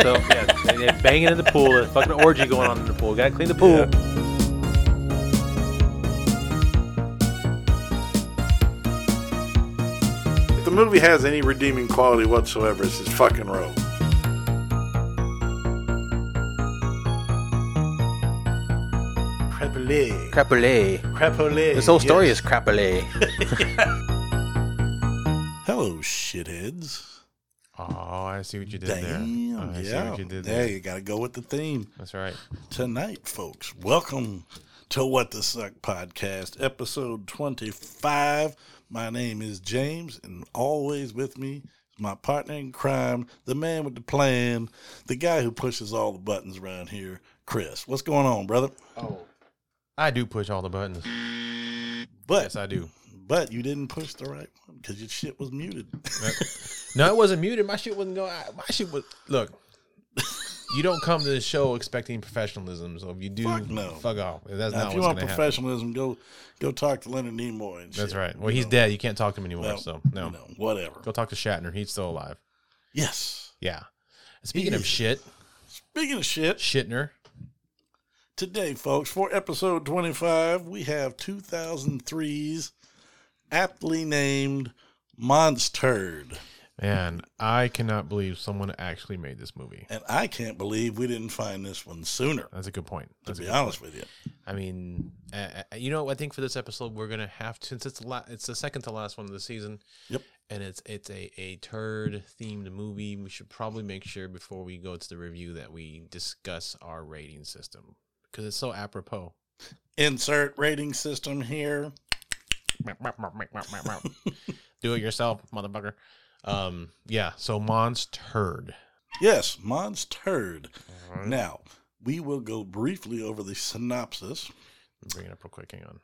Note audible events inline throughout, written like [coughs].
so yeah, [laughs] and they're banging in the pool. There's fucking orgy going on in the pool. Got to clean the pool. If the movie has any redeeming quality whatsoever, it's this fucking robe. Crapole. Crapolet. Crapole. This whole story is crapolet. Hello, shitheads. Oh, I see what you did Damn. there. Oh, I yeah. see what you did there, there. you got to go with the theme. That's right. tonight, folks. Welcome to What the Suck Podcast, episode 25. My name is James, and always with me is my partner in crime, the man with the plan, the guy who pushes all the buttons around here, Chris. What's going on, brother? I do push all the buttons. But Yes, I do. but you didn't push the right one because your shit was [laughs] muted. No, it wasn't muted. My shit wasn't going. I- My shit was. Look, you don't come to the show expecting professionalism. So if you do, Fuck no. fuck off. That's Now, not if you what's want going to happen. professionalism, go go talk to Leonard Nimoy. And That's shit. right. Well, he's dead. You can't talk to him anymore. Well, so You no, know, whatever. go talk to Shatner. He's still alive. Yes. Yeah. Speaking of is. shit, Speaking of shit, Shitner. Today, folks, for episode 25, we have 2003's aptly named Monsterd. Man, I cannot believe someone actually made this movie. And I can't believe we didn't find this one sooner, That's a good point. to That's a be good honest with you. I mean, uh, uh, you know, I think for this episode we're gonna have to since it's the la- it's the second to last one of the season. Yep. And it's it's a a turd themed movie. We should probably make sure before we go to the review that we discuss our rating system because it's so [laughs] apropos. Insert rating system here. Do it yourself, motherfucker. Um, yeah. So Mons turd. Yes, Monsterd. Now, we will go briefly over the synopsis. Bring it up real quick. Hang on,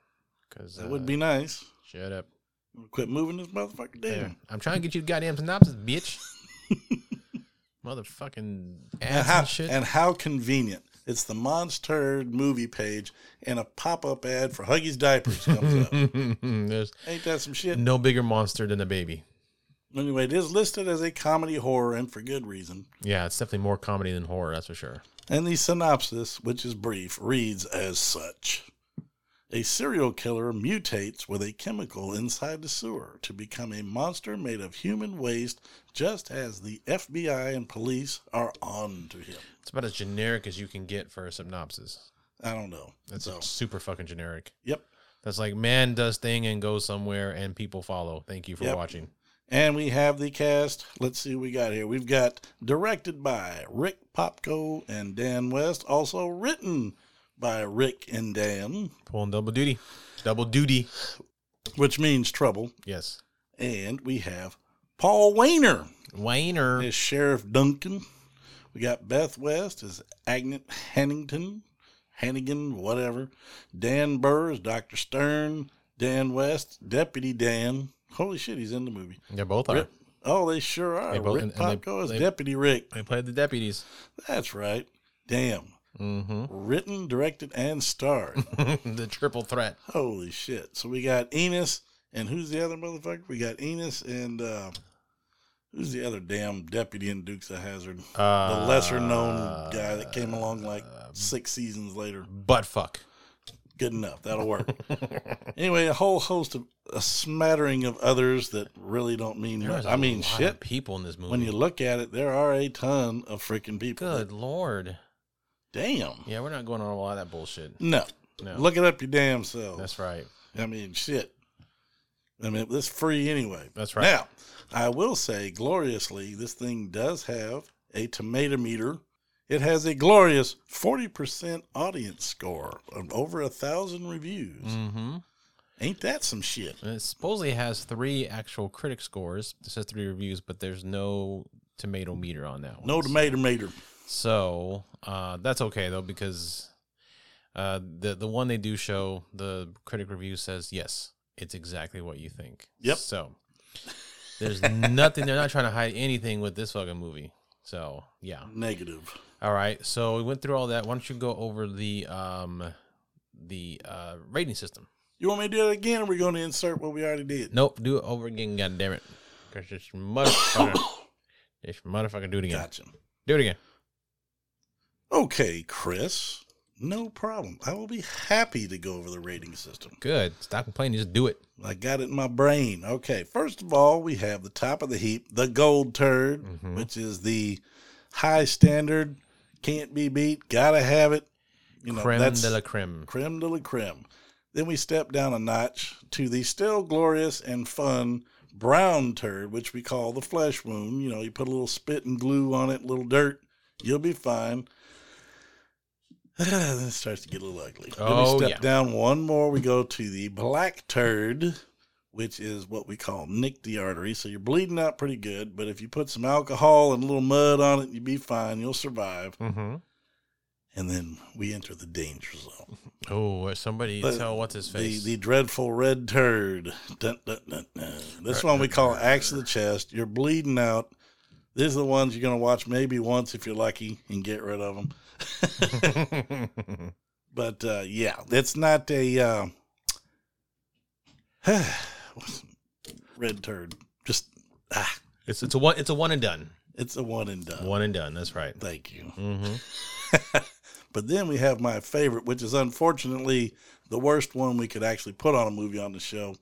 because That would be nice. shut up. Quit moving this motherfucker There. down. I'm trying to get you the goddamn [laughs] synopsis, bitch. Motherfucking And ass how, and shit. [laughs] and how convenient. It's the Monsterd movie page, and a pop up ad for Huggies Diapers comes [laughs] up. There's Ain't that some shit? no bigger monster than a baby. Anyway, it is listed as a comedy horror, and for good reason. Yeah, it's definitely more comedy than horror, that's for sure. And the synopsis, which is brief, reads as such A serial killer mutates with a chemical inside the sewer to become a monster made of human waste, just as the FBI and police are on to him. It's about as generic as you can get for a synopsis. I don't know. That's so, super fucking generic. yep. That's like man does thing and goes somewhere and people follow. Thank you for Yep. watching. And we have the cast. Let's see what we got here. We've got directed by Rick Popko and Dan West, also written by Rick and Dan, Pulling double duty. Double duty. which means trouble. Yes. And we have Paul Wayner Wayner. as Sheriff Duncan. We got Beth West as Agnet Hannington, Hannigan, whatever. Dan Burr as Dr. Stern. Dan West, Deputy Dan. Holy shit, he's in the movie. They both are. Rick- oh, they sure are. They both- Rick and- and they- Popko is they- Deputy Rick. They played the deputies. That's right. Damn. hmm Written, directed, and starred. [laughs] the triple threat. Holy shit. So we got Enos and who's the other motherfucker? We got Enos and uh who's the other damn deputy in Dukes of Hazard? Uh, The lesser known guy that came along like six seasons later. Butt fuck. Good enough. That'll [laughs] work. anyway, a whole host of a smattering of others that really don't mean much. There's I a mean lot of shit. people in this movie. When you look at it, there are a ton of freaking people. Good lord. Damn. Yeah, we're not going on a lot of that bullshit. No. No. Look it up your damn self. That's right. I mean, shit. I mean, it's free anyway. That's right. Now, I will say gloriously, this thing does have a tomato meter. It has a glorious 40% audience score of over a thousand reviews. Mm-hmm. Ain't that some shit? And it supposedly has three actual critic scores. It says three reviews, but there's no tomato meter on that one. No tomato meter. So uh, that's okay though, because uh, the the one they do show, the critic review says yes, it's exactly what you think. Yep. So there's nothing. They're not trying to hide anything with this fucking movie. So yeah. Negative. All right. So we went through all that. Why don't you go over the um the uh rating system? You want me to do it again, or we're going to insert what we already did? [coughs] Nope, do it over again, god damn it. Cause [coughs] this motherfucker this motherfucker do it again. Gotcha. Do it again. Okay, Chris. No problem. I will be happy to go over the rating system. Good. Stop complaining. Just do it. I got it in my brain. Okay, first of all, we have the top of the heap, the gold turd, Mhm. which is the high standard, can't be beat, gotta have it. You know, creme that's de la creme. creme de la creme. Then we step down a notch to the still glorious and fun brown turd, which we call the flesh wound. You know, you put a little spit and glue on it, a little dirt, you'll be fine. [sighs] then it starts to get a little ugly. then Oh, we step yeah. down one more. We go to the black turd, which is what we call nick the artery. So you're bleeding out pretty good, but if you put some alcohol and a little mud on it, you'll be fine. You'll survive. Mm-hmm. And then we enter the danger zone. Oh, somebody The- tell what's his The, face. [laughs] the dreadful red turd. Dun, dun, dun, dun. This one we call axe to the chest. You're bleeding out. These are the ones you're going to watch maybe once if you're lucky and get rid of them. But uh, yeah, it's not a uh, [sighs] red turd. Just ah, it's it's a one it's a one and done. it's a one and done. One and done. That's right. Thank you. Mm-hmm. But then we have my favorite, which is unfortunately the worst one we could actually put on a movie on the show.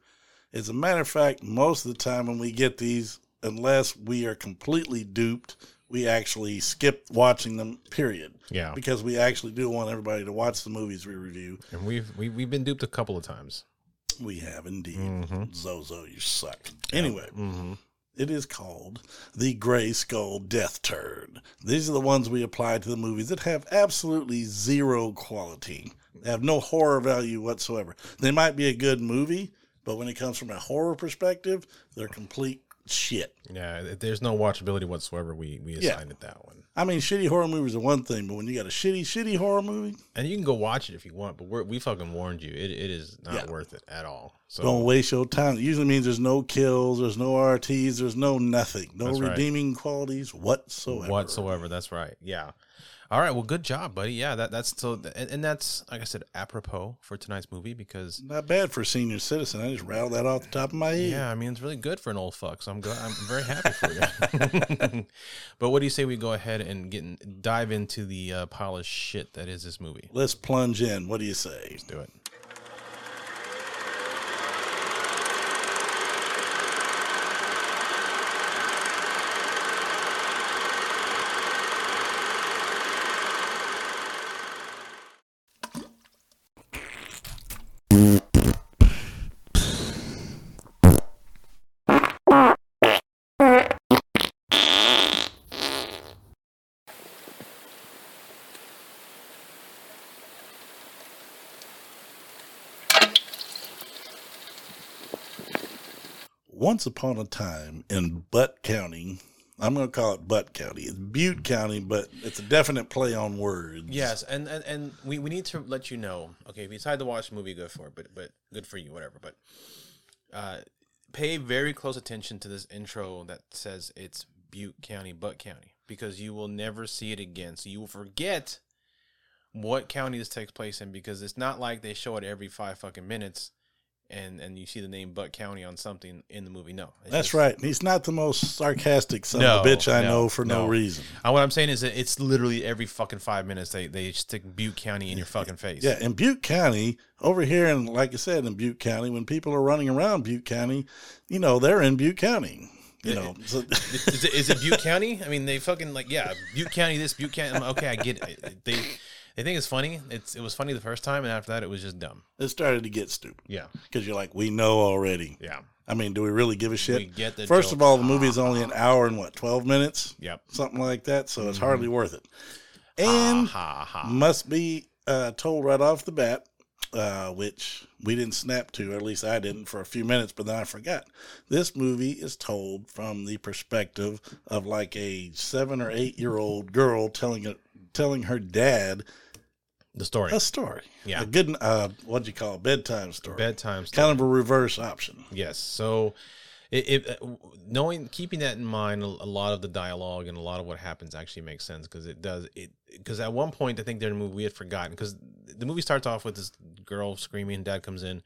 As a matter of fact, most of the time when we get these, unless we are completely duped, we actually skip watching them, period. Yeah, Because we actually do want everybody to watch the movies we review. and we've we, we've been duped a couple of times. We have indeed. Mhm. Zozo, you suck. Anyway, Mm-hmm. it is called the Gray Skull Death Turd. These are the ones we apply to the movies that have absolutely zero quality. They have no horror value whatsoever. They might be a good movie, but when it comes from a horror perspective, they're complete shit. Yeah, th- there's no watchability whatsoever. We we Yeah. assigned it that one, I mean, shitty horror movies are one thing, but when you got a shitty, shitty horror movie, and you can go watch it if you want. But we're, we fucking warned you. It, it is not Yeah. worth it at all. So don't waste your time. It usually means there's no kills, there's no RTs, there's no nothing, no That's right. redeeming qualities whatsoever. whatsoever. That's right. Yeah. All right. Well, good job, buddy. Yeah. That that's so, th- and, and that's like I said, apropos for tonight's movie because Not bad for a senior citizen. I just rattled that off the top of my head. yeah, I mean it's really good for an old fuck. So I'm glad. I'm very happy for you. [laughs] but what do you say we go ahead and get in, dive into the uh, pile of shit that is this movie? Let's plunge in. What do you say? Let's do it. Once upon a time in Butt County, I'm going to call it Butt County. It's Butte County, but it's a definite play on words. Yes, and and, and we, we need to let you know. Okay, if you decide to watch the movie, good for it, but but good for you, whatever. But uh, pay very close attention to this intro that says it's Butte County, Butt County, because you will never see it again. So you will forget what county this takes place in because it's not like they show it every five fucking minutes. And, and you see the name Butt County on something in the movie. No, it's That's just- right. And he's not the most sarcastic son of a No, bitch I no, know for no, no. reason. Uh, what I'm saying is that it's literally every fucking five minutes they, they stick Butte County in your fucking face. Yeah, in Butte County, over here, and like I said, in Butte County, when people are running around Butte County, you know, they're in Butte County. You know, so, [laughs] is it, is it Butte County? I mean, they fucking like yeah, Butte County. This Butte County. I'm like, okay, I get it. They they think it's funny. It's it was funny the first time, and after that, it was just dumb. it started to get stupid Yeah, because you're like, we know already. yeah, I mean, do we really give a shit? We get the First joke. Ah. of all, the movie is only an hour and what, 12 minutes? yep. something like that. So it's hardly worth it. And Ah, ha ha. must be uh, told right off the bat, uh, which we didn't snap to, or at least I didn't for a few minutes, but then I forgot. This movie is told from the perspective of like a seven or eight year old girl telling a, telling her dad The story. a story. Yeah. A good, uh, what'd you call it? Bedtime story. Bedtime. Story. kind of a reverse option. Yes. So, it, it uh, w- knowing keeping that in mind, a a lot of the dialogue and a lot of what happens actually makes sense because it does it. Because at one point, I think during the movie we had forgotten because the movie starts off with this girl screaming. Dad comes in,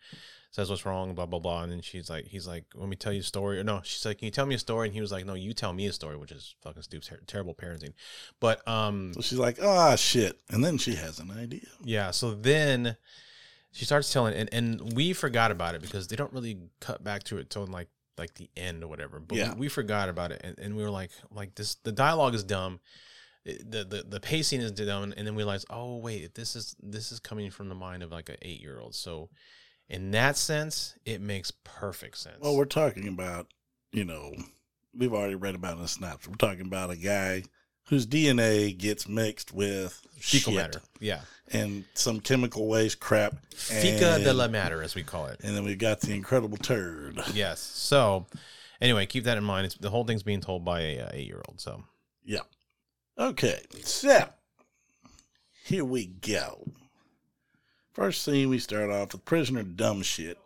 says what's wrong, blah blah blah, and then she's like, he's like, let me tell you a story. Or no, she's like, can you tell me a story? And he was like, no, you tell me a story, which is fucking stupid, ter- terrible parenting. But um, So she's like, ah, shit. And then she has an idea. yeah. So then she starts telling, and, and we forgot about it because they don't really cut back to it till like like the end or whatever. But Yeah. we, we forgot about it, and, and we were like, like this, the dialogue is dumb, It- the the the pacing is dumb, and then we realized, oh wait, this is this is coming from the mind of like an eight year old. So in that sense, it makes perfect sense. Well, Oh, we're talking about, you know, we've already read about it in snaps. We're talking about a guy whose DNA gets mixed with fecal shit matter, yeah, and some chemical waste crap. feca de la and- matter as we call it. And then we've got the incredible turd. Yes. So anyway, keep that in mind. It's, the whole thing's being told by a uh, eight year old. So. Okay, so here we go. First scene, we start off with prisoner dumb shit.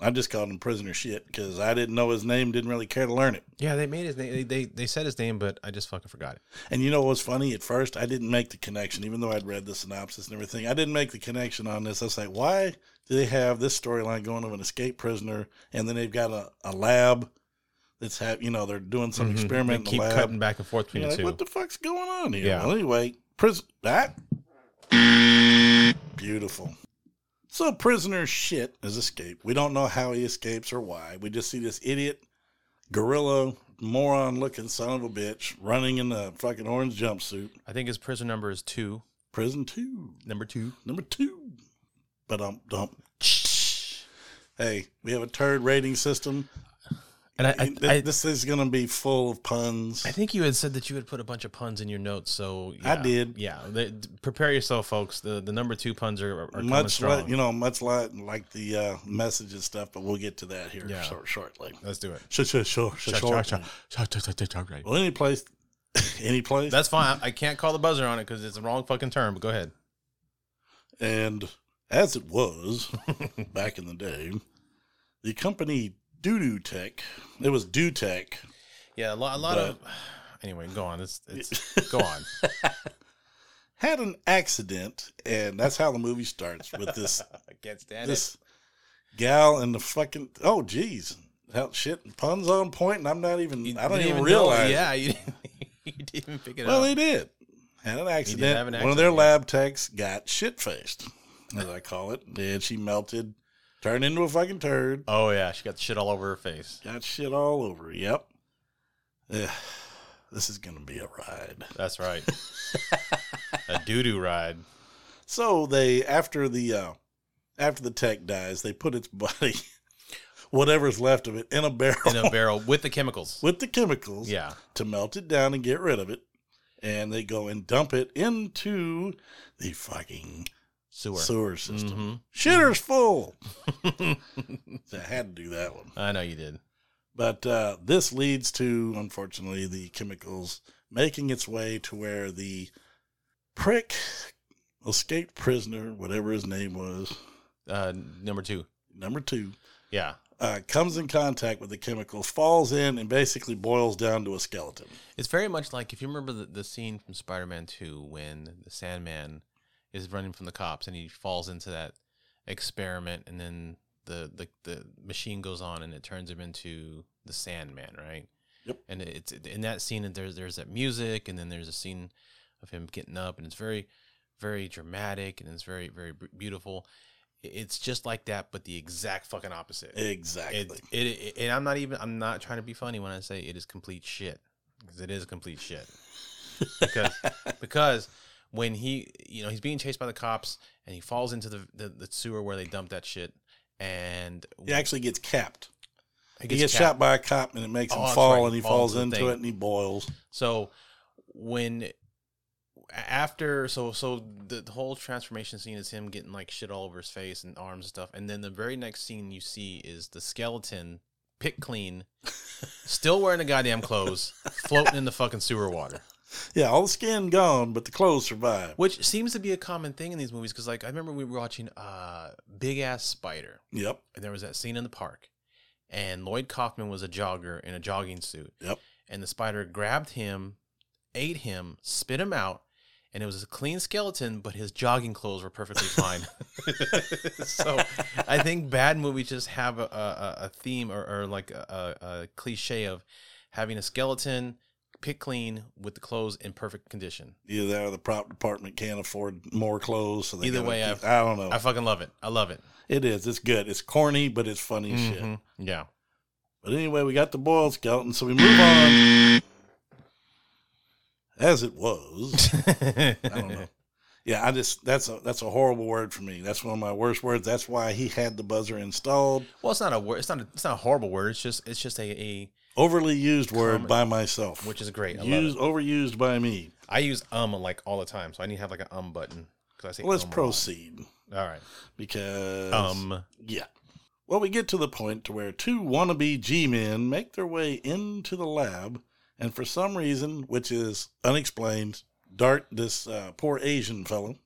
I just called him prisoner shit because I didn't know his name, didn't really care to learn it. Yeah, they made his name. They, they they said his name, but I just fucking forgot it. And you know what's funny? At first, I didn't make the connection, even though I'd read the synopsis and everything. I didn't make the connection on this. I was like, why do they have this storyline going of an escaped prisoner, and then they've got a, a lab that's have you know they're doing some Mhm. experiment in They the keep lab. cutting back and forth between Mm-hmm. You're the like, two. what the fuck's going on here? Yeah. Well, anyway, prison that beautiful. So prisoner shit has escaped. We don't know how he escapes or why. We just see this idiot, gorilla, moron looking son of a bitch running in a fucking orange jumpsuit. I think his prison number is two. Prison two, Number two. number two. But um, dump. Hey, we have a turd rating system. And I, I, I, this is gonna be full of puns. I think you had said that you had put a bunch of puns in your notes. So I yeah. did. Yeah, they, prepare yourself, folks. The the number two puns are, are coming much strong. like you know, much like like the uh, message and stuff, but we'll get to that here Yeah. short, shortly. Let's do it. Sure, sure, sure, sure, sure. Well, any place, [laughs] any place, That's fine. I I can't call the buzzer on it because it's the wrong fucking term. But go ahead. and as it [laughs] was back in the day, the company Doodoo Tech, it was Doo Tech. Yeah, a lot, a lot of. [sighs] Anyway, go on. It's, [laughs] it's go on. had an accident, and that's how the movie starts with [laughs] this I can't stand this gal and the fucking oh geez, hell shit, puns on point, and I'm not even You I don't didn't even know- realize. it. Yeah, you didn't, [laughs] you didn't even pick it Well, up. they did. Had an accident. have an One of their accident, yeah. lab techs got shit faced, as I call it. And she melted, turned into a fucking turd, Oh yeah, she got shit all over her face. got shit all over. her. Yep. Ugh, this is going to be a ride. That's right. [laughs] a doo doo ride. So they, after the, uh, after the tech dies, they put its [laughs] body, whatever's left of it, in a barrel [laughs] in a barrel with the chemicals. Oh. with the chemicals yeah. to melt it down and get rid of it. And they go and dump it into the fucking Sewer. sewer system. Mhm. Shitter's [laughs] full. I had to do that one. [laughs] I know you did. But uh, this leads to, unfortunately, the chemicals making its way to where the prick, escaped prisoner, whatever his name was, Uh, number two. number two, Yeah. uh, comes in contact with the chemicals, falls in, and basically boils down to a skeleton. It's very much like if you remember the, the scene from Spider Man 2 when the Sandman is running from the cops and he falls into that experiment and then the, the, the machine goes on and it turns him into the Sandman, right? Yep. And it's in that scene and there's there's that music and then there's a scene of him getting up and it's very very dramatic and it's very very b- beautiful. I- It's just like that but the exact fucking opposite. It, Exactly. it, it and I'm not even I'm not trying to be funny when I say it is complete shit because it is complete shit because [laughs] because when he you know he's being chased by the cops and he falls into the the, the sewer where they dump that shit and he actually gets capped. he he gets capped. shot by a cop and it makes Oh, him that's fall right. and he Falls falls into the into thing. it and he boils. So when after so so the, the whole transformation scene is him getting like shit all over his face and arms and stuff, and then the very next scene you see is the skeleton pick clean, still wearing the goddamn clothes, floating in the fucking sewer water, Yeah, all the skin gone, but the clothes survive. which seems to be a common thing in these movies. Because like I remember we were watching uh Big Ass Spider, [laughs] Yep. [laughs] and there was that scene in the park, and Lloyd Kaufman was a jogger in a jogging suit. Yep. And the spider grabbed him, ate him, spit him out, and it was a clean skeleton, but his jogging clothes [laughs] were perfectly fine. so I think bad movies just have a, a, a theme or, or like a, a, a cliche of having a skeleton pick clean with the clothes in perfect condition. Either that or the prop department can't afford more clothes. So they Either gotta way, keep- I don't know. I fucking love it. I love it. it is. It's good. It's corny, but it's funny shit. Mhm. Yeah. But anyway, we got the boiled skeleton, so we move on. As it was, I don't know. Yeah, I just that's a that's a horrible word for me. That's one of my worst words. That's why he had the buzzer installed. [laughs] Well, it's not a word. It's not. A, it's not a horrible word. It's just. It's just a. a Overly used word Common. by myself, which is great. I love used it. overused by me. I use um like all the time, so I need to have like an um button because I say. Let's um a lot. proceed All right. because Um. Yeah. Well, we get to the point to where two wannabe G-men make their way into the lab, and for some reason, which is unexplained, dart this uh, poor Asian [laughs] fellow.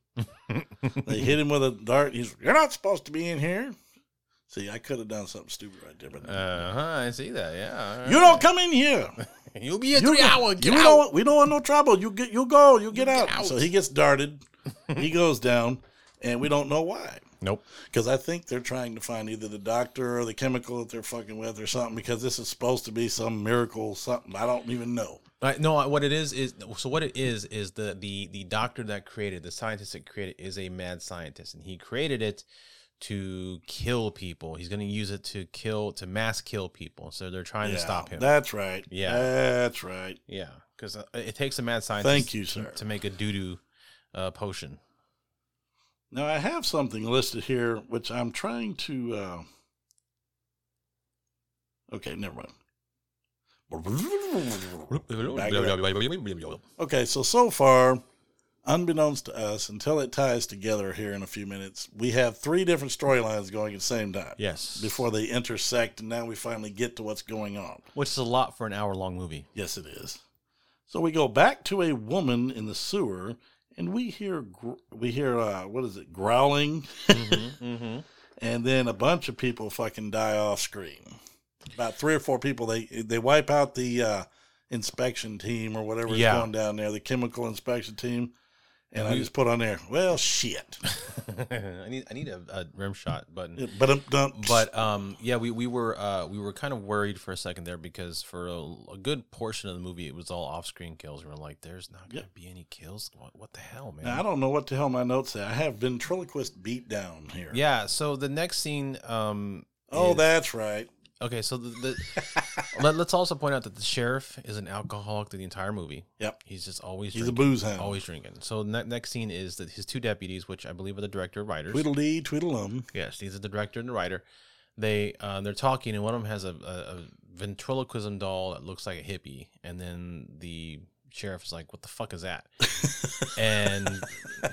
they hit him with a dart. He's, you're not supposed to be in here. See, I could have done something stupid right there, but Uh huh. I see that. Yeah. all you right. don't come in here. [laughs] You'll be a You three don't- hour. Get you out. Don't, we don't want no trouble. You get, you go. You get, out. out. So he gets [laughs] darted. he goes down, and we don't know why. Nope. Because I think they're trying to find either the doctor or the chemical that they're fucking with or something. Because this is supposed to be some miracle, something I don't even know. Uh, no, I- what it is is so what it is is the the the doctor that created the scientist that created it is a mad scientist, and he created it to kill people. He's going to use it to kill to mass kill people. So they're trying to Yeah, stop him. That's right. Yeah. that's right. yeah, because it takes a mad scientist. Thank you, sir. To make a doo doo uh, potion. Now I have something listed here which I'm trying to. Uh... Okay, never mind. Okay, so so far, unbeknownst to us, until it ties together here in a few minutes, we have three different storylines going at the same time. Yes. before they intersect, and now we finally get to what's going on. which is a lot for an hour long movie. Yes, it is. So we go back to a woman in the sewer, and we hear gr- we hear uh, what is it growling, mm-hmm. and then a bunch of people fucking die off screen. About three or four people. They they wipe out the uh, inspection team or whatever is Yeah. going down there, the chemical inspection team. And I We- just put on there, well, shit. I need I need a, a rim shot button. But um, [laughs] dum- But um, yeah, we, we were uh, we were kind of worried for a second there because for a, a good portion of the movie, it was all off screen kills. We were like, "There's not gonna be any kills. What, what the hell, man?" now, I don't know what the hell my notes say. I have ventriloquist beat down here. yeah. So the next scene, um, Oh, is- that's right. okay. So the, the let, let's also point out that the sheriff is an alcoholic through the entire movie. Yep. He's just always He's a drinking, booze hound. always drinking. So the ne- next scene is that his two deputies, which I believe are the director and writers. Tweedledee, Tweedlum. Yes, these are the director and the writer. They uh, they're talking, and one of them has a, a, a ventriloquism doll that looks like a hippie, and then the sheriff is like, "What the fuck is that?" and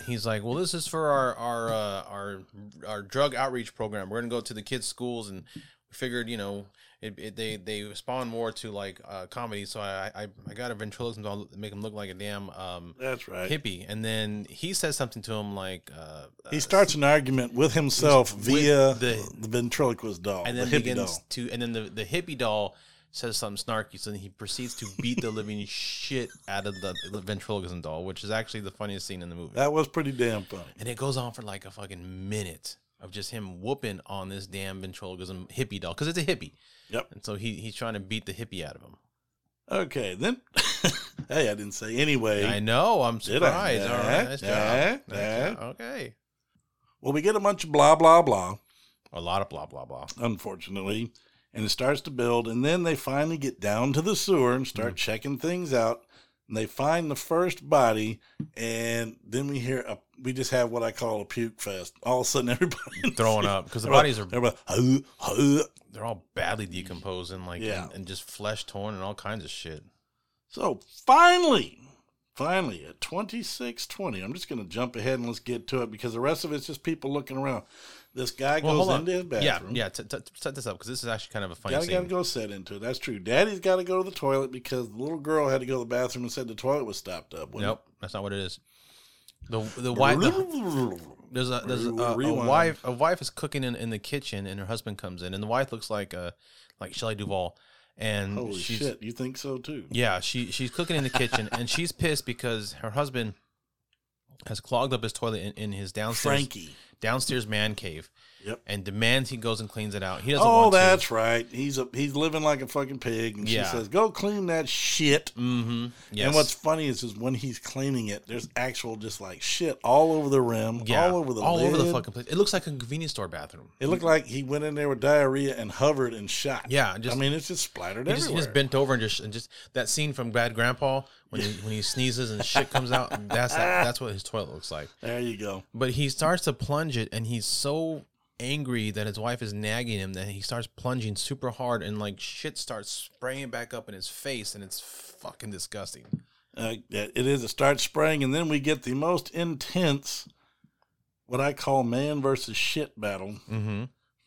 he's like, "Well, this is for our our uh, our our drug outreach program. We're gonna go to the kids' schools, and we figured, you know." It, it, they they respond more to like uh, comedy, so I, I I got a ventriloquism doll to make him look like a damn um, That's right. hippie, and then he says something to him like uh, he uh, starts an argument with himself via the, the- ventriloquist doll, uh, and then the hippie begins doll. to and then the, the hippie doll says something snarky so then he proceeds to beat the living shit out of the, the ventriloquism doll which is actually the funniest scene in the movie That was pretty damn funny. and it goes on for like a fucking minute of just him whooping on this damn ventriloquism hippie doll because it's a hippie Yep. and so he, he's trying to beat the hippie out of him Okay, then. [laughs] hey, I didn't say anyway. i know i'm Did I? surprised all Yeah, right nice job. yeah, Nice yeah. job. okay Well, we get a bunch of blah blah blah, a lot of blah blah blah unfortunately, and it starts to build, and then they finally get down to the sewer and start Mm-hmm. checking things out. And they find the first body, and then we hear a, we just have what I call a puke fest. All of a sudden, [laughs] everybody in the throwing sewer- up because the bodies are Everybody, "Huh, huh." they're all badly decomposed and like Yeah. and, and just flesh torn and all kinds of shit So finally, finally at 2620, I'm just going to jump ahead and let's get to it because the rest of it's just people looking around. This guy goes Well, hold on. into his bathroom. Yeah, yeah. T- t- t- set this up because this is actually kind of a funny Gotta, scene. gotta go set into it. That's true. Daddy's got to go to the toilet because the little girl had to go to the bathroom and said the toilet was stopped up. wasn't [laughs] Nope, that's not what it is. The the it? wife the, there's a there's a, a, Rewind. wife a wife is cooking in, in the kitchen and her husband comes in and the wife looks like uh like Shelley Duvall and Holy [laughs] she's shit. You think so too? yeah she she's cooking in the kitchen and she's pissed because her husband has clogged up his toilet in, in his downstairs Frankie. downstairs man cave Yep. and demands he goes and cleans it out. He doesn't Oh, want that's right. He's a, he's living like a fucking pig, and Yeah. she says, "Go clean that shit." to. Mm-hmm. Yes. And what's funny is, is when he's cleaning it, there's actual just like shit all over the rim, yeah, all over the all over the lid. fucking place. It looks like a convenience store bathroom. It looked like he went in there with diarrhea and hovered and shot. Yeah, just- I mean, it's just splattered He just, everywhere. he just bent over and just and just that scene from Bad Grandpa when he, when he sneezes and shit comes out. That's that, that's what his toilet looks like. there you go. But he starts to plunge it, and he's so angry that his wife is nagging him that he starts plunging super hard, and like shit starts spraying back up in his face, and it's fucking disgusting. Uh, it it is. It starts spraying, and then we get the most intense, what I call man versus shit battle. Mm-hmm.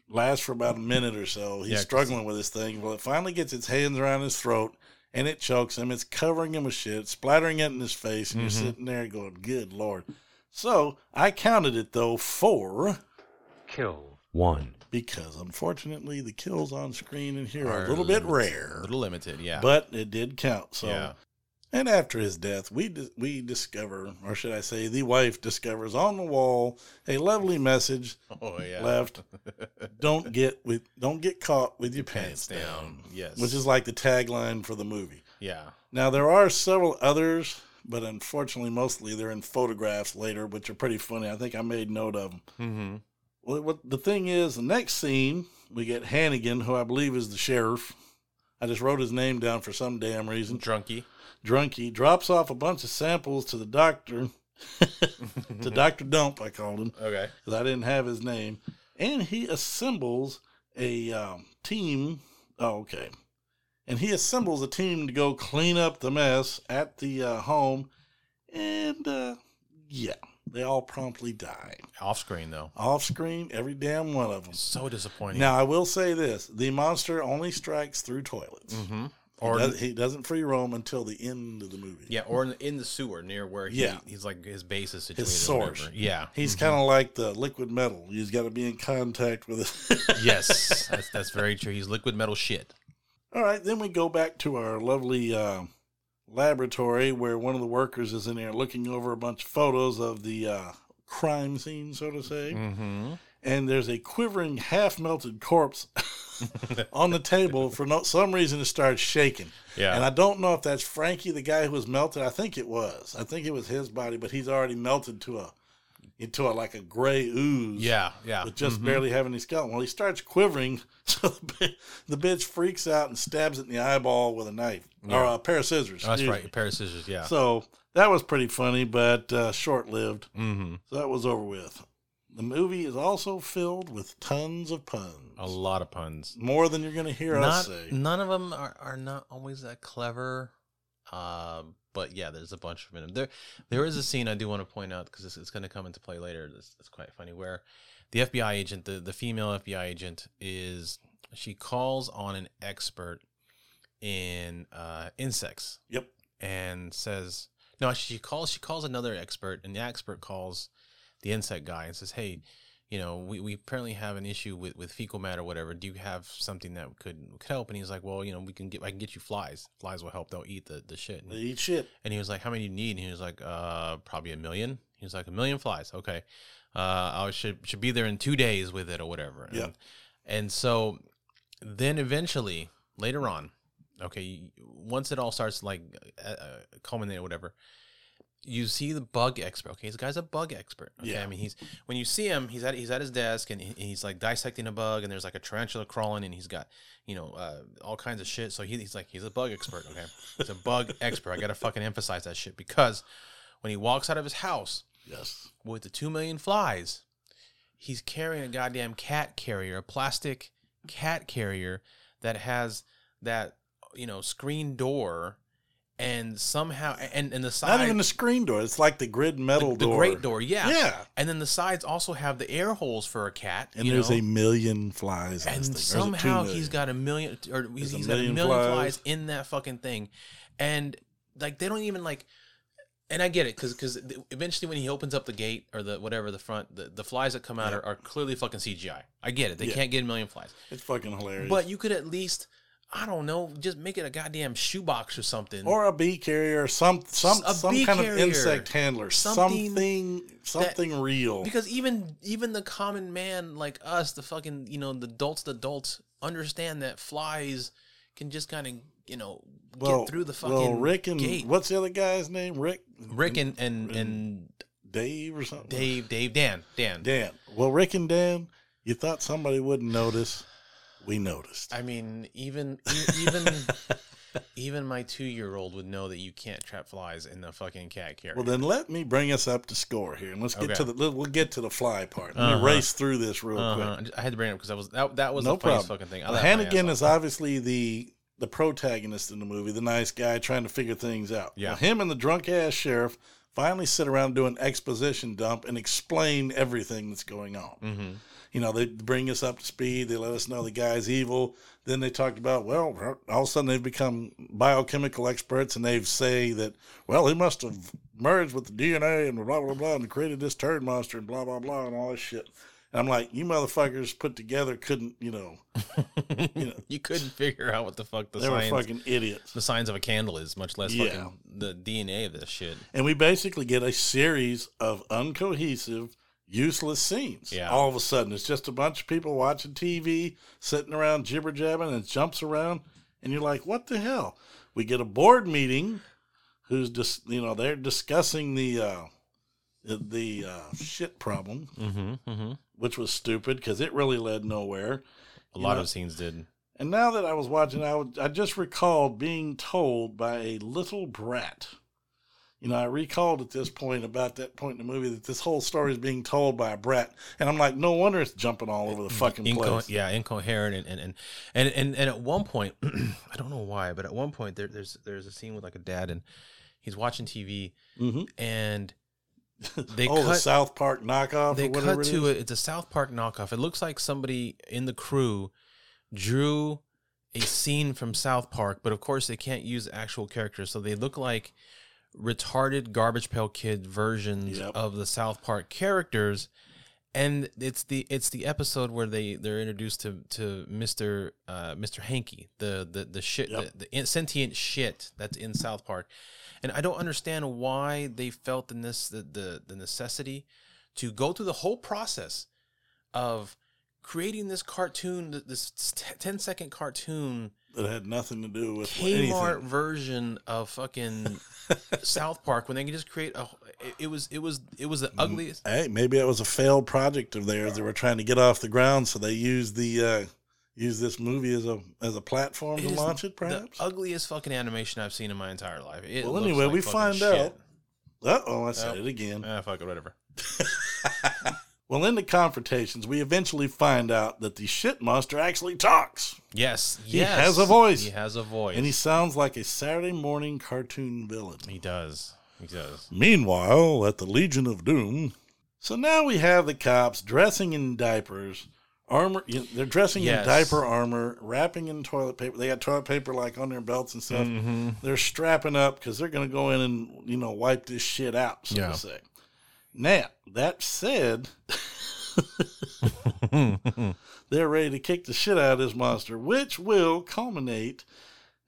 Lasts for about a minute or so. He's Yeah, 'cause- struggling with this thing. Well, it finally gets its hands around his throat, and it chokes him. It's covering him with shit, splattering it in his face, and Mhm. you're sitting there going, "Good lord." So I counted it though four Kill one. because unfortunately the kills on screen in here are Are a little bit limited. A rare, little limited, yeah. but it did count. So. yeah. And after his death, we dis- we discover, or should I say, the wife discovers on the wall a lovely message: Oh [laughs] yeah. left. "Don't get with, don't get caught with your pants, Pants down,", down. Yes. which is like the tagline for the movie. yeah. Now there are several others, but unfortunately, mostly they're in photographs later, which are pretty funny. I think I made note of them. Mm-hmm. Well, what the thing is, the next scene we get Hannigan, who I believe is the sheriff. I just wrote his name down for some damn reason. Drunky. Drunky drops off a bunch of samples to the doctor, [laughs] [laughs] to Dr. Dump, I called him, Okay. because I didn't have his name. And he assembles a um, team. Oh, okay. And he assembles a team to go clean up the mess at the uh, home. And uh, yeah, they all promptly die. Off screen though. Off screen, every damn one of them. So disappointing. Now, I will say this the monster only strikes through toilets. Mm-hmm. Or Or he doesn't free roam until the end of the movie. yeah, or in the, in the sewer near where he, Yeah. he's like his base is situated. or source. whatever. Yeah. Mm-hmm. He's kind of like the liquid metal. You just got to be in contact with it. [laughs] yes. That's that's very true. He's liquid metal shit. All right, then we go back to our lovely uh, laboratory where one of the workers is in there looking over a bunch of photos of the uh, crime scene, so to say. Mm-hmm. And there's a quivering, half melted corpse [laughs] on the table. For no, some reason, it starts shaking. Yeah. And I don't know if that's Frankie, the guy who was melted. I think it was. I think it was his body, but he's already melted to a into a like a gray ooze. yeah. Yeah. Mm-hmm. with just barely having his skeleton. Well, he starts quivering, [laughs] so the, bi- the bitch freaks out and stabs it in the eyeball with a knife or Yeah. a pair of scissors. Oh, that's excuse right. me. A pair of scissors. Yeah. So that was pretty funny, but uh, short lived. mm-hmm. So that was over with. The movie is also filled with tons of puns, A lot of puns. more than you're going to hear us Not, say. none of them are, are not always that clever. Uh, but yeah, there's a bunch of them. There, there is a scene I do want to point out because it's, it's going to come into play later. It's, it's quite funny where the FBI agent, the, the female FBI agent, is she calls on an expert in uh, insects Yep. and says no she calls she calls another expert and the expert calls the insect guy and says hey you know we, we apparently have an issue with, with fecal matter or whatever do you have something that could could help and he's like well you know we can get i can get you flies flies will help they'll eat the, the shit They eat shit. and he was like how many do you need and he was like uh probably a million he was like a million flies okay uh i should should be there in two days with it or whatever and, Yeah. and so then eventually later on okay once it all starts like uh, uh, culminating or whatever you see the bug expert okay this guy's a bug expert okay Yeah. i mean he's when you see him he's at he's at his desk and he- he's like dissecting a bug and there's like a tarantula crawling and he's got you know uh, all kinds of shit so he, he's like he's a bug expert okay he's a bug [laughs] expert i gotta fucking emphasize that shit because when he walks out of his house Yes. with the two million flies, he's carrying a goddamn cat carrier, a plastic cat carrier that has that you know screen door, and somehow and and the side Not even the screen door. It's like the grid metal the door. great door, yeah, Yeah. and then the sides also have the air holes for a cat, And you there's know? a million flies. in and this thing. Or is it two somehow he's million? got a million or he's, There's a he's got a million million flies. flies. in that fucking thing and like they don't even like and i get it because because eventually when he opens up the gate or the whatever the front the, the flies that come out are, are clearly fucking cgi i get it they Yeah. can't get a million flies It's fucking hilarious. but you could at least I don't know. Just make it a goddamn shoebox or something. or a bee carrier, some some A some bee kind of carrier. insect handler, Something something something real. because even even the common man like us, the fucking you know the adults, the adults understand that flies can just kind of you know well, get through the fucking well, Rick and gate. what's the other guy's name? Rick, Rick and and and Dave or something. Dave, Dave, Dan, Dan. Oh, Dan. Well, Rick and Dan, you thought somebody wouldn't notice. We noticed. I mean, even e- [laughs] even even my two year old would know that you can't trap flies in the fucking cat carrier. Well, then let me bring us up to score here, and let's get Okay. to the let- we'll get to the fly part. Let me Uh-huh. race through this real Uh-huh. quick. I just- I had to bring it up because I was that that was No the funniest problem. fucking thing. I Well, laughed my ass Hannigan off. is obviously the the protagonist in the movie, the nice guy trying to figure things out. Yeah. Well, him and the drunk ass sheriff finally sit around doing exposition dump and explain everything that's going on. Mhm. You know, they bring us up to speed. They let us know the guy's evil. Then they talked about, well, all of a sudden they've become biochemical experts and they've say that, well, he must have merged with the DNA and blah, blah, blah, and created this turd monster and blah, blah, blah, and all this shit. And I'm like, you motherfuckers put together couldn't, you know, [laughs] you know, You couldn't figure out what the fuck the they were science fucking idiots. the signs of a candle is, much less Yeah. fucking the DNA of this shit. And we basically get a series of uncohesive, useless scenes. Yeah. All of a sudden, it's just a bunch of people watching TV, sitting around jibber jabbing, and it jumps around, and you're like, "What the hell?" We get a board meeting, who's just you know they're discussing the uh, the uh, shit problem, Mm-hmm, mm-hmm. A which was stupid because it really led nowhere. You lot know- of scenes did. And now that I was watching, I, would- I just recalled being told by a little brat. You know, I recalled at this point about that point in the movie that this whole story is being told by a brat, and I'm like, no wonder it's jumping all over the fucking Inco- place. yeah, incoherent and and, and and and and at one point, [clears throat] I don't know why, but at one point there, there's there's a scene with like a dad and he's watching TV hmm [laughs] and Mm-hmm. they oh, the cut South Park knockoff. they or whatever cut it to is. it. It's a South Park knockoff. It looks like somebody in the crew drew a scene from South Park, but of course they can't use actual characters, so they look like retarded garbage pail kid versions Yep. of the South Park characters. And it's the it's the episode where they they're introduced to to Mister uh, Mister Hanky the the the shit Yep. the, the in- sentient shit that's in South Park, and I don't understand why they felt in this the the, the necessity to go through the whole process of creating this cartoon, th- this t- 10 second cartoon, That had nothing to do with Kmart anything. version [laughs] of fucking South Park when they can just create a. It, it was it was Mm, it was the ugliest. Hey, maybe it was a failed project of theirs. They were trying to get off the ground, so they used the uh, used this movie as a as a platform It to is launch it. The Perhaps. ugliest fucking animation I've seen in my entire life. It Well, looks anyway, like we fucking find shit. out. Uh oh, I said Oh. it again. Ah, fuck it, whatever. Well, in the confrontations, we eventually find out that the shit monster actually talks, Yes, He yes. has a voice. He has a voice. and he sounds like a Saturday morning cartoon villain. he does. He does. Meanwhile, at the Legion of Doom, so now we have the cops dressing in diapers, armor. you know, They're dressing in Yes. diaper armor, wrapping in toilet paper. They got toilet paper like on their belts and Mm. stuff. They're strapping up because they're going to go in and you know wipe this shit out, so Yeah. to say. Now that said, Oh, they're ready to kick the shit out of this monster, which will culminate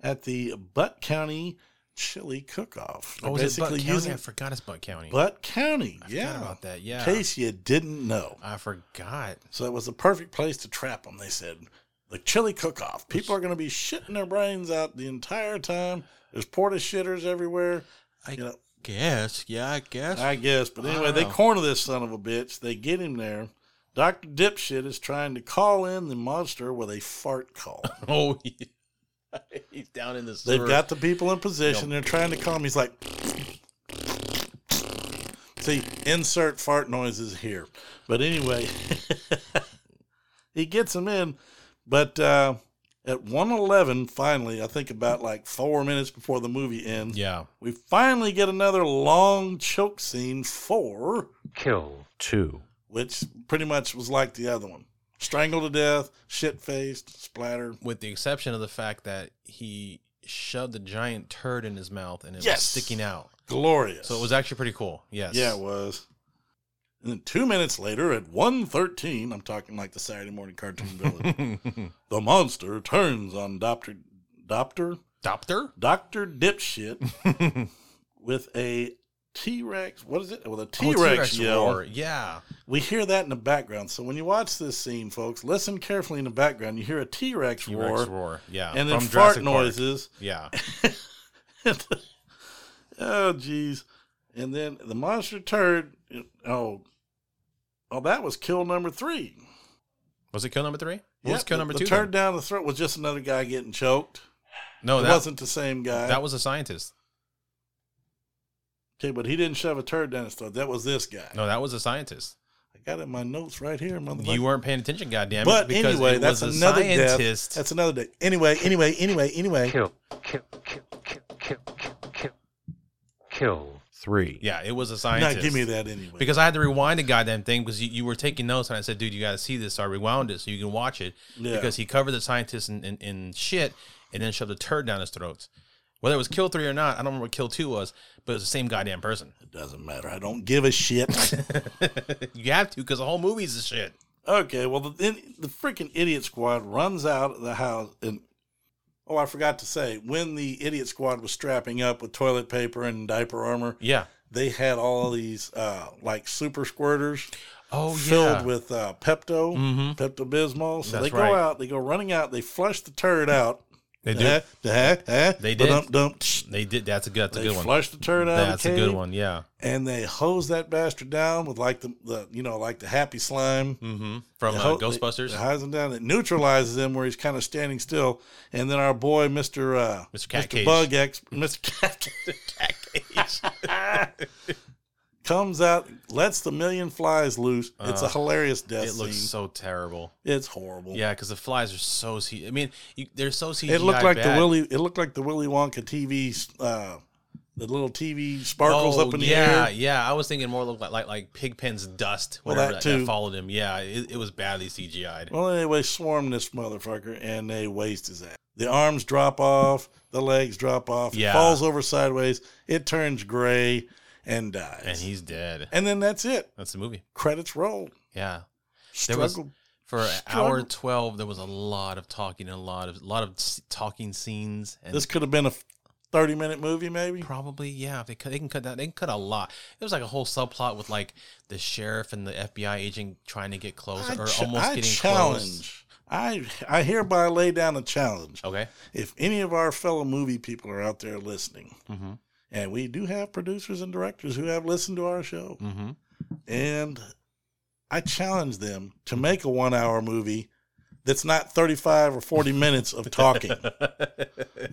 at the Butt County Chili Cook-Off. They're Oh, is it Butt basically County? using- I forgot it's Butt County. Butt County. yeah. forgot about that. Yeah. In case you didn't know. I forgot. So it was the perfect place to trap them, they said. The chili cook off. People are going to be shitting their brains out the entire time. There's porta shitters everywhere. I you know, guess. Yeah, I guess. I guess. But I anyway, don't they know. corner this son of a bitch. They get him there. Dr. Dipshit is trying to call in the monster with a fart call. [laughs] Oh, yeah. he's down in the sewer. They've got the people in position. They're trying to call him. He's like, see, insert fart noises here. But anyway, [laughs] he gets him in. But uh, at 111, finally, I think about like four minutes before the movie ends, yeah. we finally get another long choke scene for Kill two. which pretty much was like the other one strangled to death, shit faced, splatter. With the exception of the fact that he shoved a giant turd in his mouth and it Yes. was sticking out. Glorious. So it was actually pretty cool. Yes. Yeah, it was. And then two minutes later, at [laughs] [laughs] 1.13, I'm talking like the Saturday morning cartoon villain, the monster turns on Dr. Doctor [laughs] Doctor? Oh, Doctor [laughs] Dipshit with a T Rex. What is it? With a T Oh, Rex yell. roar. Yeah. We hear that in the background. So when you watch this scene, folks, listen carefully in the background. You hear a T Rex roar T-Rex roar. Yeah. and then From fart Jurassic Park. noises. [laughs] Yeah. oh jeez. And then the monster turd. Oh, oh, that was kill number three. Was it kill [laughs] number three? What Yeah, was kill number the, two? The turd then? down the throat was just another guy getting choked. No, it Oh, that, wasn't the same guy. that was a scientist. okay, but he didn't shove a turd down his throat. That was this guy. No, that was a scientist. I got it in my notes right here, motherfucker. You weren't paying attention, goddamn it! but because anyway, it that's was a another scientist. death. That's another day. Anyway, anyway, anyway, anyway. kill, kill, kill, kill, kill, kill, kill, kill three. Yeah, it was a Now scientist. give me that anyway. Because I had to rewind the goddamn thing because you, you were taking notes and I said, dude, you got to see this. So I rewound it so you can watch it Yeah. because he covered the scientist in, in, in shit and then shoved a turd down his throats. Whether it was kill three or not, I don't remember what kill two was, but it was the same [laughs] goddamn person. it doesn't matter. I don't give a shit. [laughs] you have to because the whole movie's the shit. Okay, well, the, then the freaking idiot squad runs out of the house. And oh, I forgot to say, when the idiot squad was strapping up with toilet paper and diaper armor, Yeah. they had all these uh, like super squirters Oh, filled with uh, Pepto, Mhm. Pepto Bismol. So That's they go right. out, they go running out, they flush the turd out. [laughs] They do. They did. Dump, dump, tsh. They did. That's a good. That's a They good one. flush the turd out. That's of the a cave, good one. Yeah. And they hose that bastard down with like the, the you know like the happy slime. Mm-hmm. From The uh, ho- Ghostbusters, [laughs] It [laughs] hides him down. It neutralizes him where he's kind of standing still. And then our boy, Mr. Uh, Mr. Cat Mr. Cage. Bug X, Mr. Cat Cat Cage. comes out, lets the million flies loose. it's a Uh, hilarious death it looks scene. so terrible. it's horrible. Yeah, because the flies are so. C- I mean, you, they're so CGI. It looked like bad. the Willy. It looked like the Willy Wonka TV. Uh, the little TV sparkles Oh, up in the yeah, air. yeah. I was thinking more look like like, like Pigpen's dust, Well, whatever that that, that too. followed him. Yeah, it, it was badly CGI'd. Well, anyway, swarm this motherfucker and they waste his ass. The arms drop off, the legs drop off. It Yeah. falls over sideways. It turns gray and dies. and he's dead. And then that's it. That's the movie. Credits roll. Yeah. There was- Struggle. For an Struggle. hour twelve, there was a lot of talking, and a lot of lot of s- talking scenes. And this could have been a thirty-minute movie, maybe. Probably, yeah. If they cut, they can cut that. They can cut a lot. It was like a whole subplot with like the sheriff and the FBI agent trying to get close I or ch- almost I getting close. challenge. I I hereby lay down a challenge. Okay. If any of our fellow movie people are out there listening, Mm-hmm. and we do have producers and directors who have listened to our show, Mm-hmm. and I challenge them to make a one-hour movie that's not thirty-five or [laughs] forty minutes of talking. mm-hmm.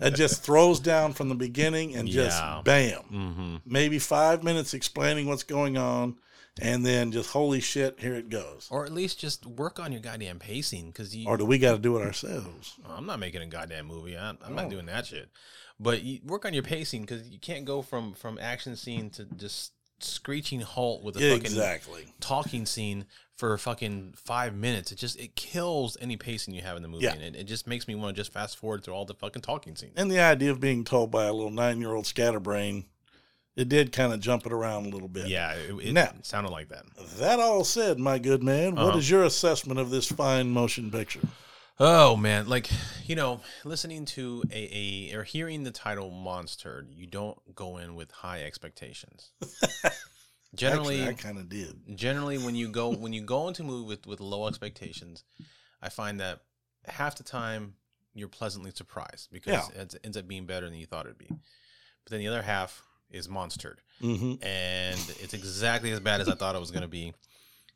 [laughs] that just throws down from the beginning and Yeah. just bam. Mm-hmm. maybe five minutes explaining what's going on, and then just holy shit, here it goes. Or at least just work on your goddamn pacing, because you. Or do we got to do it ourselves? I'm not making a goddamn movie. I, I'm Oh. not doing that shit. But you work on your pacing because you can't go from from action scene to just screeching halt with a fucking exactly. talking scene for fucking five minutes. It just it kills any pacing you have in the movie, Yeah. and it, it just makes me want to just fast forward through all the fucking talking scenes. And the idea of being told by a little nine-year-old scatterbrain, it did kind of jump it around a little bit. yeah, it, it Now- sounded like that. That all said, my good man, what Uh-huh. is your assessment of this fine motion picture? Oh man, like you know, listening to a, a or hearing the title "Monster," you don't go in with high [laughs] expectations. Generally, Actually, I kind of did. generally when you go when you go into a movie with with low expectations, I find that half the time you're pleasantly surprised because it ends up being better than you thought it'd be. But then the other half is monstered, Mm-hmm. hmm and it's exactly as bad as I thought it was going to be.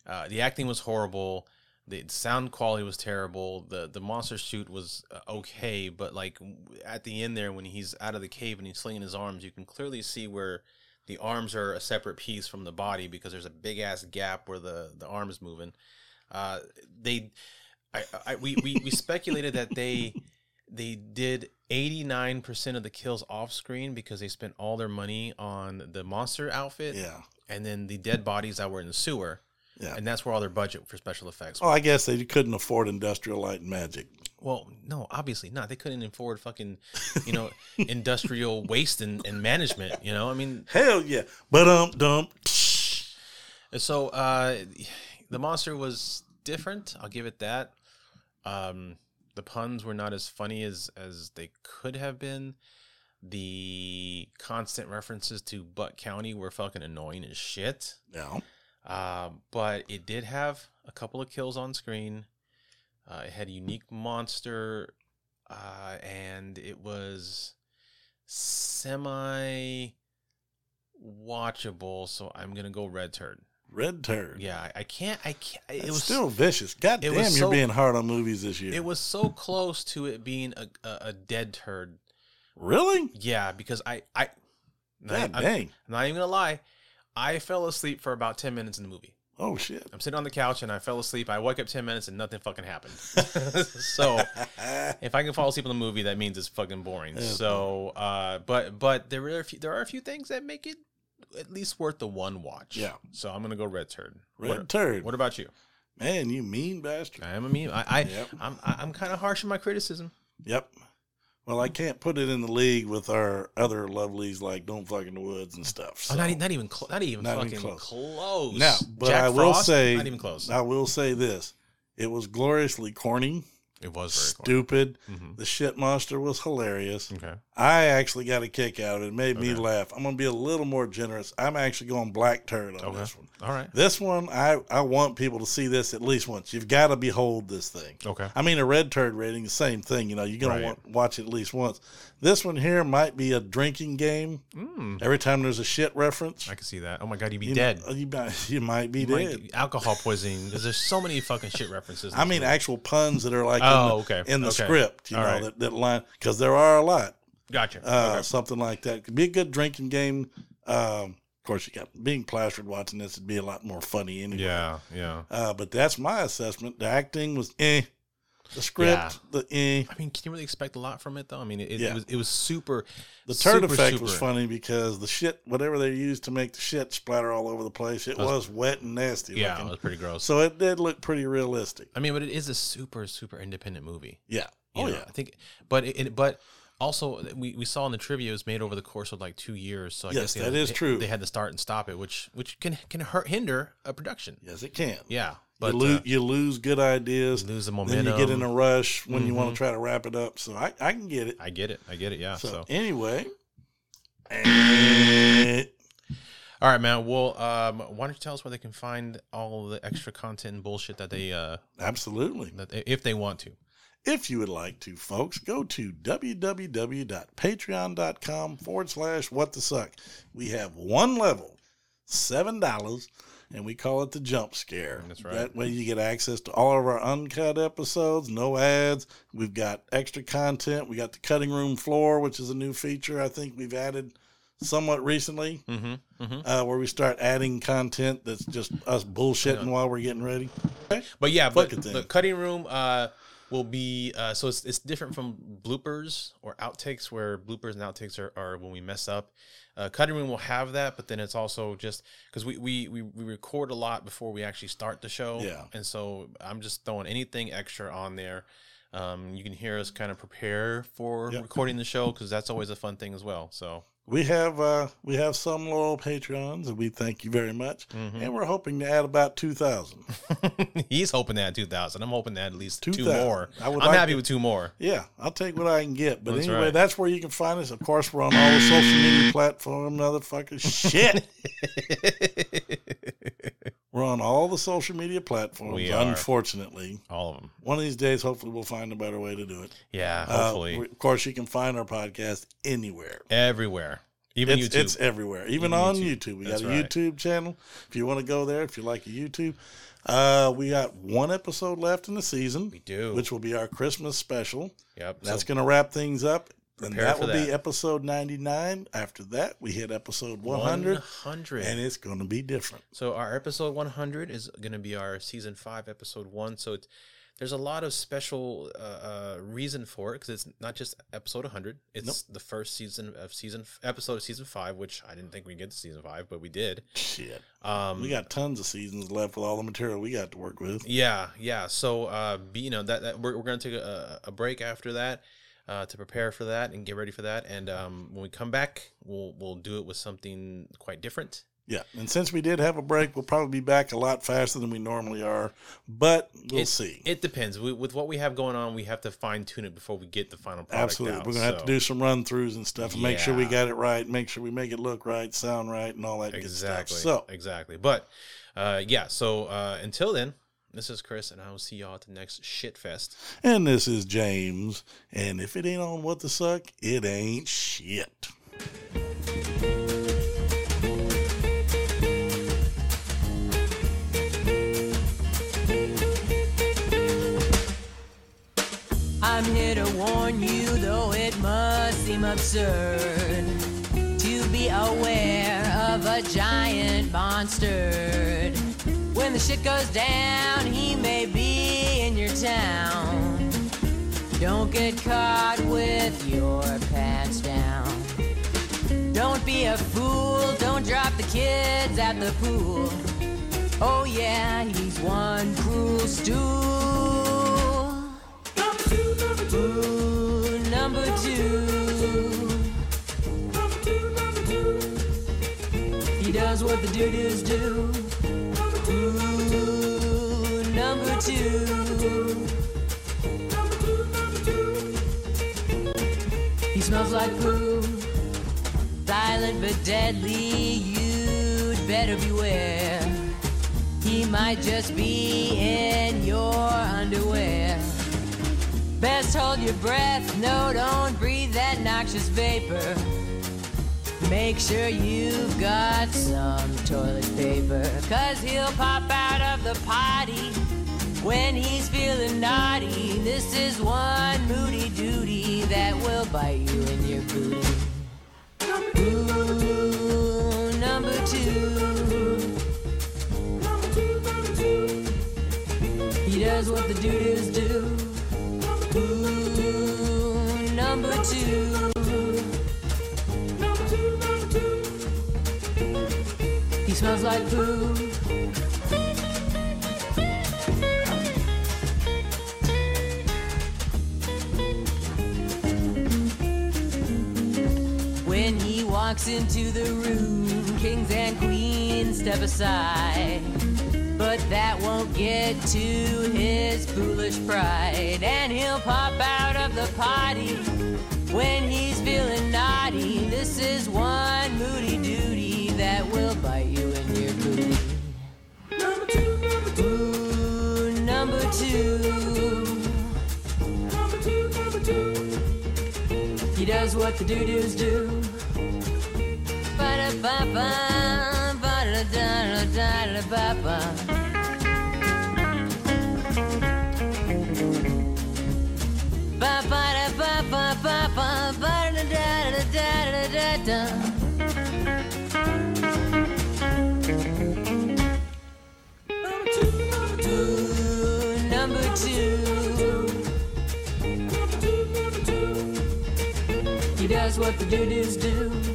Uh, the acting was horrible. The sound quality was terrible. The the monster shoot was uh, okay, but like at the end there, when he's out of the cave and he's slinging his arms, you can clearly see where the arms are a separate piece from the body because there's a big ass gap where the the arm is moving. Uh, they, I, I we, we we speculated that they they did 89% of the kills off screen because they spent all their money on the monster outfit Yeah. and then the dead bodies that were in the sewer. Yeah. And that's where all their budget for special effects. Oh, I guess they couldn't afford industrial light and magic. Well, no, obviously not. They couldn't afford fucking, you know, [laughs] industrial waste and, and management, you know? I mean, [sniffs] Hell yeah. But um, dump. So uh, the monster was different. I'll give it that. Um, The puns were not as funny as as they could have been. The constant references to Butt County were fucking annoying as shit. Yeah. Um, but it did have a couple of kills on screen. Uh, it had a unique monster, uh, and it was semi watchable. So I'm gonna go red turd. Red Turd. Yeah, I, I can't. I can't. It It was still vicious. God it damn, was you're so- being hard on movies this year. It was so close to it being a, a, a dead turd. really? Yeah, because I I God I'm, dang. I'm not even gonna lie, I fell asleep for about ten minutes in the movie. Oh [laughs] shit. [laughs] I'm sitting on the couch and I fell asleep. I woke up ten minutes and nothing fucking happened. [laughs] so if I can fall asleep in the movie, that means it's fucking boring. Yeah. So, uh, but but there are a few, there are a few things that make it at least worth the one watch. Yeah. So I'm gonna go red turd. Red what, Turd. what about you? Man, you mean bastard. I am a meme. I, I Yep. I'm I'm kind of harsh in my criticism. Yep. Well, I can't put it in the league with our other lovelies like Don't Fuck in the Woods and stuff. so. Oh, not, e- not even clo- not even Not even fucking close. close. Now, but Jack I will Frost? say- not even close. I will say this. It was gloriously corny, It was very stupid. close. Mhm. The shit monster was hilarious. Okay. I actually got a kick out of it. It made me Okay. laugh. I'm gonna be a little more generous. I'm actually going black turd on Okay. this one. All right. This one, I, I want people to see this at least once. You've got to behold this thing. Okay. I mean, a red turd rating, the same thing. You know, you're gonna Right. want, watch it at least once. This one here might be a drinking game. Mm, Every time there's a shit reference, I can see that. Oh my god, you'd be you dead. know, you, might, [laughs] you might be You might dead. get alcohol poisoning because there's so many fucking shit references. in I this mean, movie. actual puns that are like oh, in the, okay. in the okay. script. You All know, right. that, that line because there are a lot. Gotcha. uh, okay. something like that. Could be a good drinking game. Um, of course, you got being plastered watching this would be a lot more funny anyway. Yeah, yeah. Uh, but that's my assessment. The acting was eh. The script, the eh. I mean, can you really expect a lot from it though? I mean, it, Yeah. it was it was super. The turd super, effect was super- funny because the shit, whatever they used to make the shit splatter all over the place, it That was wet and nasty Yeah, it looking. was pretty gross. So it did look pretty realistic. I mean, but it is a super super independent movie. Yeah. You Oh, know, yeah. I think, but it, it but also we, we saw in the trivia it was made over the course of like two years. So I Yes, guess they that had- is they- true. They had to start and stop it, which which can can hurt hinder a production. Yes, it can. Yeah, but you, uh, lose, you you lose good ideas. lose, the Then momentum. you get in a rush when you want to Mhm. try to wrap it up. So I, I can get it. I get it. I get it. Yeah. so, So, anyway, all right, man. Well, um, why don't you tell us where they can find all the extra content and bullshit that they uh absolutely. that they, if they want to. If you would like to, folks, go to www.patreon.com forward slash what the suck. We have one level, seven dollars, and we call it the jump scare. That's right. That way you get access to all of our uncut episodes, no ads. We've got extra content. We got the cutting room floor, which is a new feature I think we've added somewhat recently. Mm-hmm. Mm-hmm. uh, where we start adding content that's just us bullshitting Yeah. while we're getting ready. But yeah, but Fucking thing. the cutting room uh will be uh so it's it's different from bloopers or outtakes where bloopers and outtakes are, are when we mess up. Uh, cutting room will have that, but then it's also just because we, we we we record a lot before we actually start the show. Yeah. and so I'm just throwing anything extra on there. Um, you can hear us kind of prepare for Yep. recording the show because that's always a fun thing as well. So We have uh, we have some loyal patrons, and we thank you very much. mhm. And we're hoping to add about two [laughs] thousand. he's hoping that 2,000. I'm hoping that at least two 2,000. more. I I'm would like happy to- with two more. Yeah, I'll take what I can get. But That's anyway, right. that's where you can find us. Of course, we're on all the social [laughs] media platforms, motherfucker. Shit, we're on all the social media platforms. We are. unfortunately, [laughs] All of them. one of these days, hopefully, we'll find a better way to do it. Yeah, Uh, hopefully we- of course, you can find our podcast anywhere. everywhere, even it's, YouTube. it's everywhere, even, Even on YouTube. YouTube. We That's got a right. YouTube channel. If you want to go there, if you like a YouTube, uh, we got one episode left in the season, we do. which will be our Christmas special. yep. That's so, going to wrap things up. And prepare that for will be that. episode 99. After that, we hit episode 100, 100. and it's going to be different. so our episode 100 is going to be our season 5 episode 1 so it's there's a lot of special uh, uh, reason for it because it's not just episode 100 it's the first season of season episode of season 5 which i didn't think we'd get to season 5 but we did Shit. um, We got tons of seasons left with all the material we got to work with. Yeah, yeah. So, uh, be, you know that, that we're, we're gonna take a, a break after that uh, to prepare for that and get ready for that. And um, when we come back, we'll we'll do it with something quite different Yeah, and since we did have a break, we'll probably be back a lot faster than we normally are, but we'll it, see. It depends. We, with what we have going on, we have to fine tune it before we get the final product. Absolutely, out, we're gonna have to so- do some run throughs and stuff, and make sure we Yeah. got it right, make sure we make it look right, sound right, and all that exactly. good stuff. So, exactly. But uh, yeah. So uh, until then, this is Chris, and I will see y'all at the next shit fest. and this is James, and if it ain't on what the suck, it ain't shit. I'm here to warn you, though it must seem absurd, to be aware of a giant monster. When the shit goes down, he may be in your town. Don't get caught with your pants down. Don't be a fool, don't drop the kids at the pool. Oh, yeah, he's one cruel stool. Ooh, number two. He does what the doo-doos do. Ooh, number two. He smells like poo. Silent but deadly, you'd better beware. He might just be in your underwear. Best hold your breath, no, don't breathe that noxious vapor. Make sure you've got some toilet paper, cause he'll pop out of the potty when he's feeling naughty. This is one moody duty that will bite you in your booty. Ooh, number two. He does what the doo-doos do. Ooh, number two. He smells like poo. When he walks into the room, kings and queens step aside. But that won't get to his foolish pride. And he'll pop out of the potty when he's feeling naughty. This is one moody duty that will bite you in your booty. Ooh, number two. He does what the doo-doos do. Ba-da-ba-ba, ba-da-da-da-da-da-ba-ba. Ba ba da ba ba ba ba ba da da da da da da da. Ooh, Number two. He does what the doo doos do.